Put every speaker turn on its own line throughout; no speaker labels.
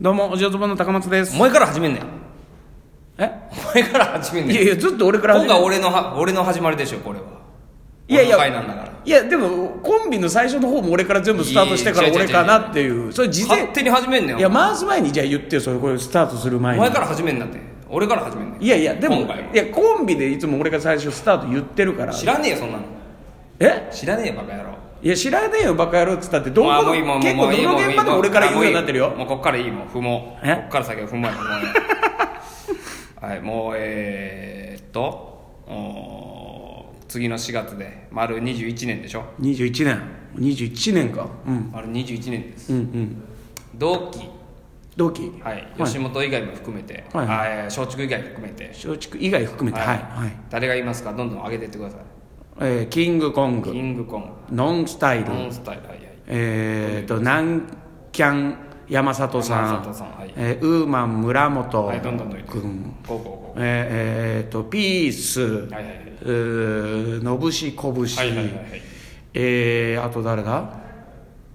どうもおじおずぼんの高松です
お前から始めんねん
え
お前から始めん
いや
ねん
いやずっと俺から
今
始め
回俺のは俺の始まりでしょこれはい
やいや
俺の回なんだから
いやでもコンビの最初の方も俺から全部スタートしてから
い
俺
やいや違う違う
かなっていうそれ事前
勝手に始めんねん
いや回す前にじゃあ言ってよそれこれスタートする
お
前に
前から始めんなって俺から始めんねん
いやいやでも
今回はい
やコンビでいつも俺が最初スタート言ってるから
知らねえよそんなの
え
知らねえよバカ野郎
いや知らねえよバカ野郎っつったってどこ
まあ
の
もういいもう
結
も
構
ういい
どの
もういい
現場でも俺から言うようになってるよ
もうこっからいいもう不毛こ
え
っから先は不 毛や不毛やはいもうえー、っとおー次の4月で丸21年でしょ
21年21年かうん
丸21年です
うんうん
同期
同期
はい、吉本以外も含めて、
はい
あえー松竹以外も含めて、
松竹以外含めてはいはい
誰がいますかどんどん上げていってください、
えーキングコン
キ
グ
ングコン
ノンスタイ
グ
ル
ノンスタイルはいはい
えー、と南キャン山里さん
山里さんはい
えーウーマン村本
はいどんどんどんどん
君
こうこうこ
えーえーとピース、
うはいはいはいう
ーのぶしこぶし、
はいはいはいはい
えーあと誰だ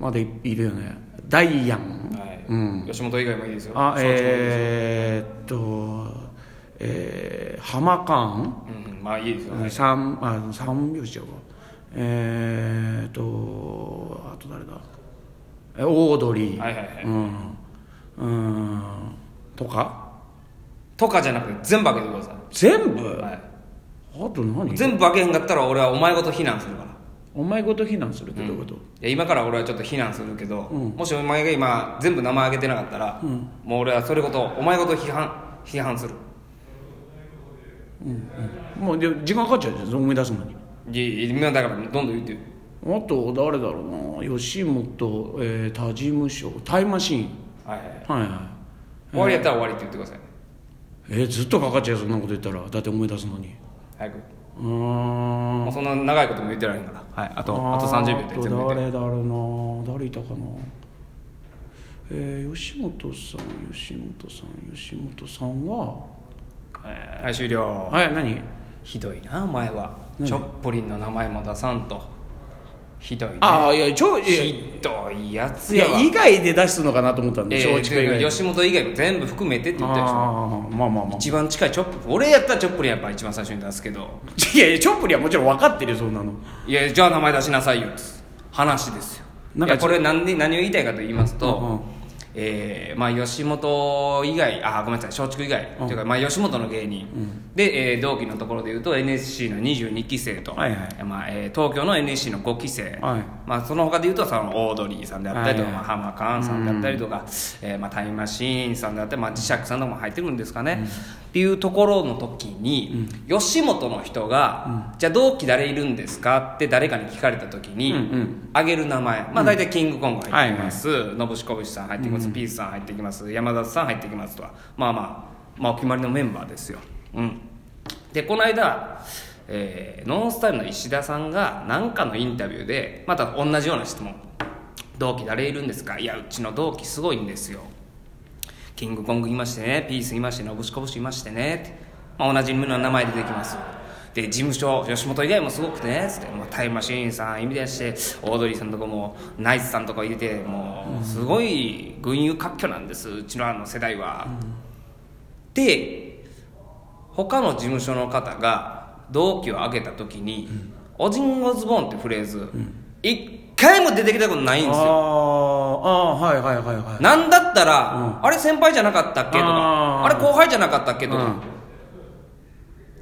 まだいいるよねダイアン
はい、
うん
吉本以外もいいですよ
あ
松竹もいいですよ
えー、っとえー、浜勘
うんうんまあいいですよね
三あ三拍子ちゃうかえー、っとあと誰だえオードリー、
はいはいはい、
うんうんとか
とかじゃなくて全部上げてくださ
全
い、
部あ
はい
と何
全部上げへんかったら俺はお前ごと非難するから
お前ごと非難するってどういうこと、
いや今から俺はちょっと非難するけど、もしお前が今全部名前挙げてなかったら、もう俺はそれごとお前ごと批判批判する
もうで時間かかっちゃうじゃん思い出すのに
いやいや今だからどんどん言ってよ
あと誰だろうな吉本、えー、他事務所タイムマシーン
はいはいはい
はいはい
終わりやったら終わりって言ってください
えー、ずっとかかっちゃうよそんなこと言ったらだって思い出すのに
早く
うーん
もうそんな長いことも言ってられへんからはいあとあと30秒で
あと
全部言って
誰だろうな誰いたかなえー、吉本さん吉本さん吉本さんは
はい終了
はい何
ひどいなお前はチョップリンの名前も出さんとひどいね
ああいや超いや
ひどいやつ
い
やわ
や以外で出すのかなと思ったん
い
で
やい
松
や
竹以外で
吉本以外も全部含めてって言ったでし
あ
ょ
あまあまあまあ
一番近いチョップ俺やったらチョップリンやっぱ一番最初に出すけど
いやいやチョップリンはもちろん分かってるよそんなの
いやじゃあ名前出しなさいよっつう話ですよ
なん
い
か
やこれ何で何を言いたいかと言いますと、
うんうん
えーまあ、吉本以外あーごめんなさい松竹以外、というか、まあ、吉本の芸人、で、えー同期のところでいうと NSC の22期生と、
はいはい
まあえー東京の NSC の5期生、
はい
まあ、その他でいうとそのオードリーさんであったりとか、
はいはい
まあ、ハマカーンさんであったりとか、えーまあ、タイムマシーンさんであったり、まあ、磁石さんとかも入ってくるんですかね、っていうところの時に、吉本の人が、じゃあ同期誰いるんですか?」って誰かに聞かれた時に、
うんうん
あげる名前、まあ、大体キングコング入ってきますのぶしこぶしさん入ってきます、ピースさん入ってきます山田さん入ってきますとかまあまあまあお決まりのメンバーですよ、うん、でこの間、えーノンスタイルの石田さんが何かのインタビューでまた同じような質問「同期誰いるんですか?」「いやうちの同期すごいんですよ」キングコングいましてね、ピースいまして、のぶしこぶしいましてね、ってまあ、同じの名前でできます。で、事務所、吉本以外もすごくてね、つって、まあ、タイムマシーンさん、意味出して、オードリーさんとかも、ナイツさんとか入れて、もう、すごい群雄割拠なんです、うちのあの世代は。で、他の事務所の方が、同期を挙げた時に、オジンオズボーンってフレーズ、一、回も出てきたことないんです
あ
よ。
ーあーはいはいはいはい
なんだったら、あれ先輩じゃなかったっけとか
あー
あれ後輩じゃなかったっけとか、
うん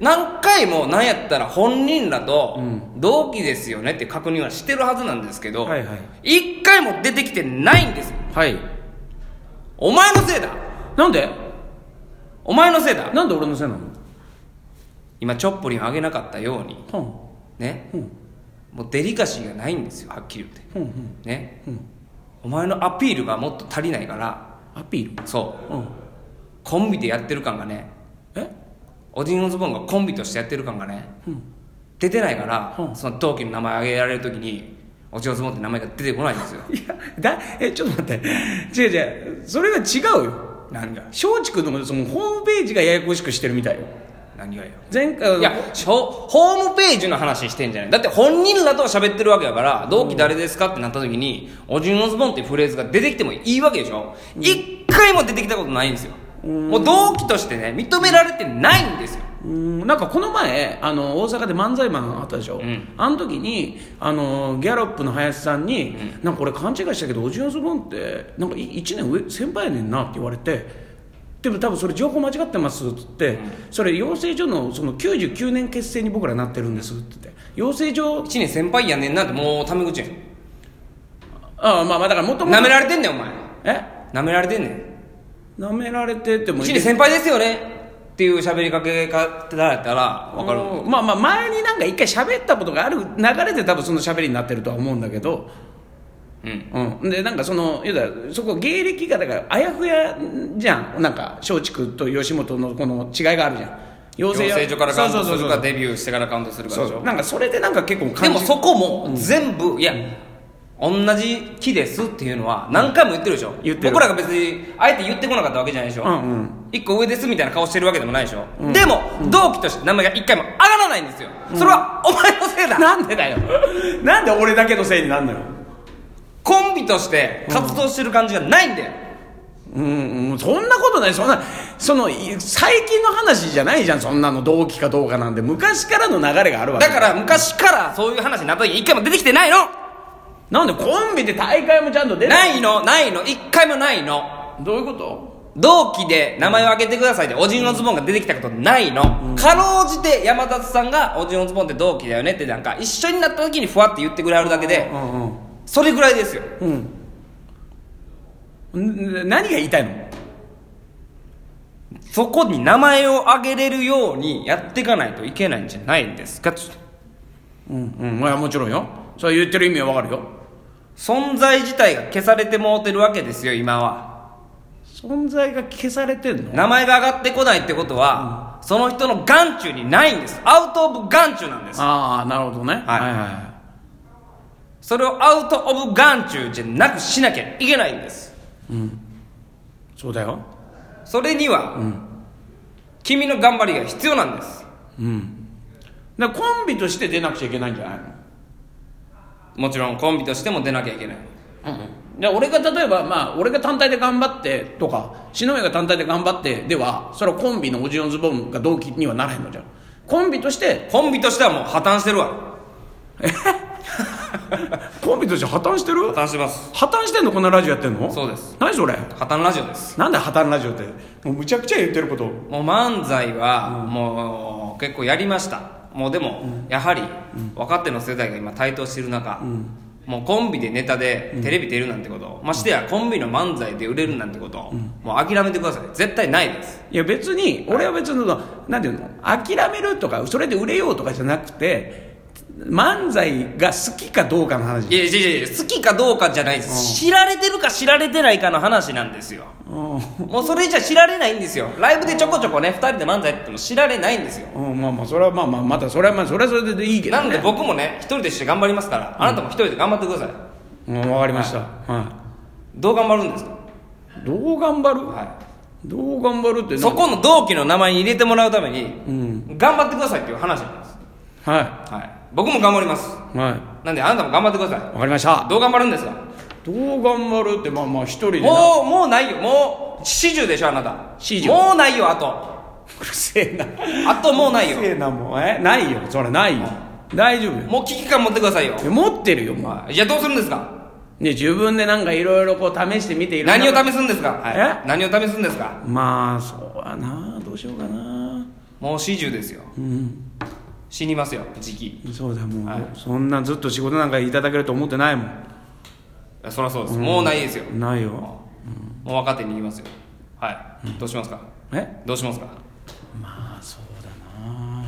何回もなんやったら本人らと同期ですよねって確認はしてるはずなんですけど、
はいは
一回も出てきてないんですよ
はい
お前のせいだ
なんで
お前のせいだ
なんで俺のせいなの
今チョップリンあげなかったように
はん
ね、
うん
もうデリカシーがないんですよはっきり言って
ふんふん
ね、
うん
お前のアピールがもっと足りないから
アピール
そう
うん
コンビでやってる感がね
え
オディン・オズボーンがコンビとしてやってる感がね、出てないから、
うん
その同期の名前挙げられる時にオディン・オズボーンって名前が出てこないんですよ
いやだえちょっと待って違う違うそれが違うよ
なんだ
松竹のそのホームページがややこしくしてるみたいよ
何がよ
前回
いやしょホームページの話してんじゃないだって本人らとは喋ってるわけやから同期誰ですかってなった時に「オジン・オズボン」っていうフレーズが出てきてもいいわけでしょ一、回も出てきたことないんですよもう同期としてね認められてないんですよ
うーんなんかこの前あの大阪で漫才マンあったでしょ、
ん
あの時にあのギャロップの林さんに、なんか俺勘違いしたけどおじおずぼんってなんか1年上先輩やねんなって言われてでも多分それ情報間違ってますっつって、それ養成所のその99年結成に僕らなってるんですって言って養成所
1年先輩やねんなってもうタメ口やん
ああまあまあだからもとも
な
と
められてんねんお前
え
なめられてんねん
なめられてても
1年先輩ですよねっていう喋りかけ方だったら分かる
うんまあまあ前になんか一回喋ったことがある流れで多分その喋りになってるとは思うんだけど
うん
うん、でなんかその言うたらそこ芸歴がだからあやふやじゃんなんか松竹と吉本のこの違いがあるじゃん
養
養成
成所からカウントする
そ
か
うそうそう
デビューしてからカウントするか
そ
で
う
し
そう
ょ
なんかそれでなんか結構
で
感
も
じ
そこも全部、いや同じ木ですっていうのは何回も言ってるでしょ、
言ってる
僕らが別にあえて言ってこなかったわけじゃないでしょ、
うんうん
一個上ですみたいな顔してるわけでもないでしょ、でも、同期として名前が一回も上がらないんですよ、それはお前のせい だ
なんでだよ なんで俺だけのせいになんのよ
コンビとして活動してる感じがないんだよ、
うん、うん、そんなことないそんなそのい最近の話じゃないじゃんそんなの同期かどうかなんて昔からの流れがあるわけ
だから昔からそういう話になった時一回も出てきてないの
なんでコンビで大会もちゃんと出ない
ないのないの一回もないの
どういうこと
同期で名前を挙げてくださいでおじんのズボンが出てきたことないの、かろうじて山里さんがおじんのズボンって同期だよねってなんか一緒になった時にふわって言ってくれはるだけで
うん
それぐらいですよ
うんうんん何が言いたいの
そこに名前を挙げれるようにやっていかないといけないんじゃないんですかつって
うんうんいやもちろんよそれ言ってる意味はわかるよ
存在自体が消されてもうてるわけですよ今は
存在が消されてんの
名前が上がってこないってことは、その人の眼中にないんですアウト・オブ・眼中なんです
ああなるほどね、
はい
はい
それをアウト・オブ・眼中じゃなくしなきゃいけないんです
そうだよ
それには、君の頑張りが必要なんです
うんだからコンビとして出なくちゃいけないんじゃないの
もちろんコンビとしても出なきゃいけない
で俺が例えば、まあ、俺が単体で頑張ってとか篠宮が単体で頑張ってではそれはコンビのオジオンズボンが同期にはならへんのじゃんコンビとして
コンビとしてはもう破綻してるわ
コンビとして破綻してる
破綻してます
破綻してんのこんなラジオやってんの
そうです
何それ
破綻ラジオです
なんで破綻ラジオってもうむちゃくちゃ言ってること
もう漫才はもう結構やりましたもうでもやはり若手の世代が今台頭してる中もうコンビでネタでテレビ出るなんてことましてやコンビの漫才で売れるなんてこともう諦めてください絶対ないです
いや別に俺は別にそのなんていうの諦めるとかそれで売れようとかじゃなくて漫才が好きかどうかの話
いやいやいやいや好きかどうかじゃないです知られてるか知られてないかの話なんですよ
うん
もうそれじゃ知られないんですよライブでちょこちょこね2人で漫才やっても知られないんですよ
うんまあまあそれはまあまあまたそれはまあそれはそれでいいけど、
な
ね、
ので僕もね一人でして頑張りますからあなたも一人で頑張ってください
うん分かりました、はい
どう頑張るんですか、
どう頑張る、
は
どう頑張るって
い、そこの同期の名前に入れてもらうために
うん
頑張ってくださいっていう話なんです、
は
はい、僕も頑張ります
いはい
なんであなたも頑張ってくださ
分かりました
いどう頑張るんですか
どう頑張るってまあまあ一人でな
もうもうないよもう四十でしょあなた
40
もうないよあと
うるせえな
あともうないよ
うるせえなもうえないよそれないよ大丈夫よ
もう危機感持ってくださいよ
いや持ってるよもう
はいじゃあどうするんですか
ね自分でなんかいろいろこう試してみていろんな
何を試すんですか、は
え
い、何を試すんですか
まあそうやなどうしようかな
もう四十ですよ
うん
死にますよ時期
そうだもう、
はい
そんなずっと仕事なんかいただけると思ってないもん
そりゃそうです、もうないですよ
ないよ
もう若手に言いますよはい、どうしますか
え
どうしますか
まあそうだな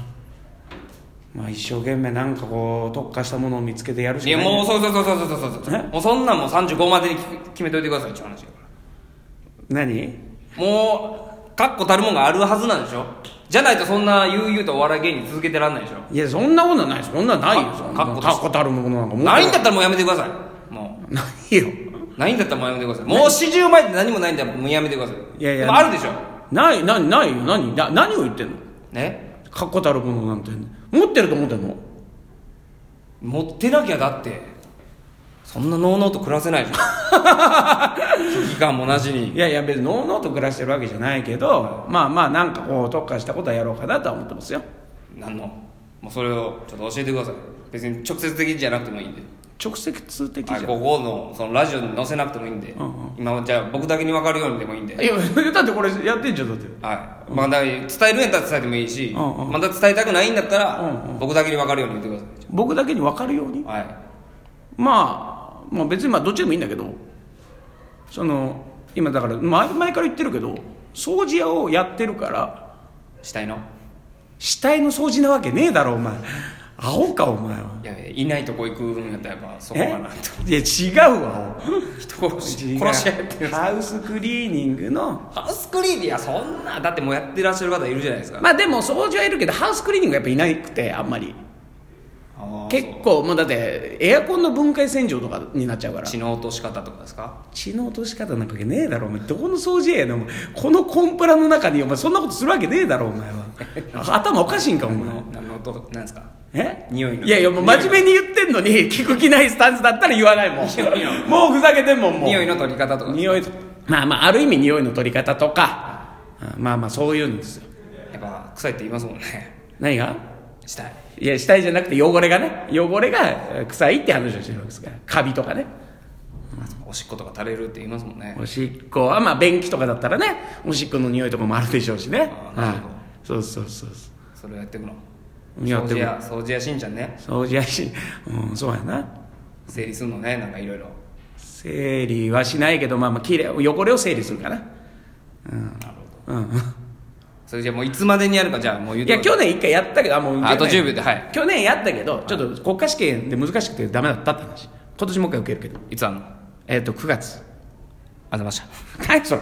まあ一生懸命なんかこう特化したものを見つけてやる
い
し
や
かない
もうそうそうそうそうそうそうそう
え
もうそんなんもう35までに決決めといてくださいっていう話だか
何
らもう確固たるもんがあるはずなんでしょじゃないとそんな悠々とお笑い芸人続けてらんないでしょ
いやそんなことないそんなないよ
か
そん
か
な
っこつけ
確固たるものなんか持って
ないんだったらもうやめてくださいも
ないよ
うないんだったらもうやめてくださいもう40前で何もないんだったらもうやめてください
いやいや
でもあるでしょ
ないないないよ何だ何を言ってんの
ね
確固たるものなんて持ってると思ってんの
持ってなきゃだってそんなノーノーと暮ら せないじゃん危機感もなしに
いやいや別にのうのうと暮らしてるわけじゃないけどまあまあなんかこう特化したことはやろうかなとは思ってますよ
なんのもうそれをちょっと教えてください別に直接的じゃなくてもいいんで
直接的じゃ
はい、
ん
ここのそのラジオに載せなくてもいいんで、
うんうん
今じゃあ僕だけに分かるようにでもいいんで、はい
いや だってこれやってんじゃんだって
まあ、だから伝えるんやったら伝えてもいいし、
うんうん
まだ伝えたくないんだったら、
うん
僕だけに分かるように言って
僕だけに分かるように
ください、はい、
まあ、まあ別にまあどっちでもいいんだけどその今だから前前から言ってるけど掃除屋をやってるから
死体の
死体の掃除なわけねえだろお前青かお前はい
やいないとこ行くんやったらやっぱそこか
え
なと
いや違うわ
人殺
違
し
う
殺し合ってるんです
ハウスクリーニングの
ハウスクリーニングいやそんなだってもうやってらっしゃる方いるじゃないですか、
まあでも掃除はいるけどハウスクリーニングはやっぱいなくてあんまり
あー
結構もうだってエアコンの分解洗浄とかになっちゃうから
血の落とし方とかですか
血の落とし方なんかねえだろお前どこの掃除屋やねんお前このコンプラの中にお前そんなことするわけねえだろお前は 頭おかしいんかお
何
前
の何の音なんですか
え
匂いの
いやいやもう真面目に言ってんのに聞く気ないスタンスだったら言わないもん
匂いの
もうふざけてんもんもう
匂いの取り方とか
匂いまあまあある意味匂いの取り方とかあまあまあそういうんですよ
やっぱ臭いって言いますもんね
何が
死体
いや死体じゃなくて汚れがね汚れがえー臭いって話をしてるわけですからカビとかね
おしっことか垂れるって言いますもんね
おしっこはまあ便器とかだったらねおしっこの匂いとかもあるでしょうしね
あーなるほど
はいそうそうそうそ
それをやってくの
うやって
掃除
く
や掃除やしんちゃんね
掃除やしうんそうやな
整理するのねなんかいろいろ
整理はしないけどまあまあきれい汚れを整理するかなうん
なるほど
うん
それじゃあもういつまでにやるかじゃあもう言う
い
て
や
くだ
去年一回やったけどあもう
さいあと10秒
で
ではい
去年やったけどちょっと国家試験で難しくてダメだったって話今年もう一回受けるけど
いつあんのありがと
えっ、と9月
うございました
はいそれ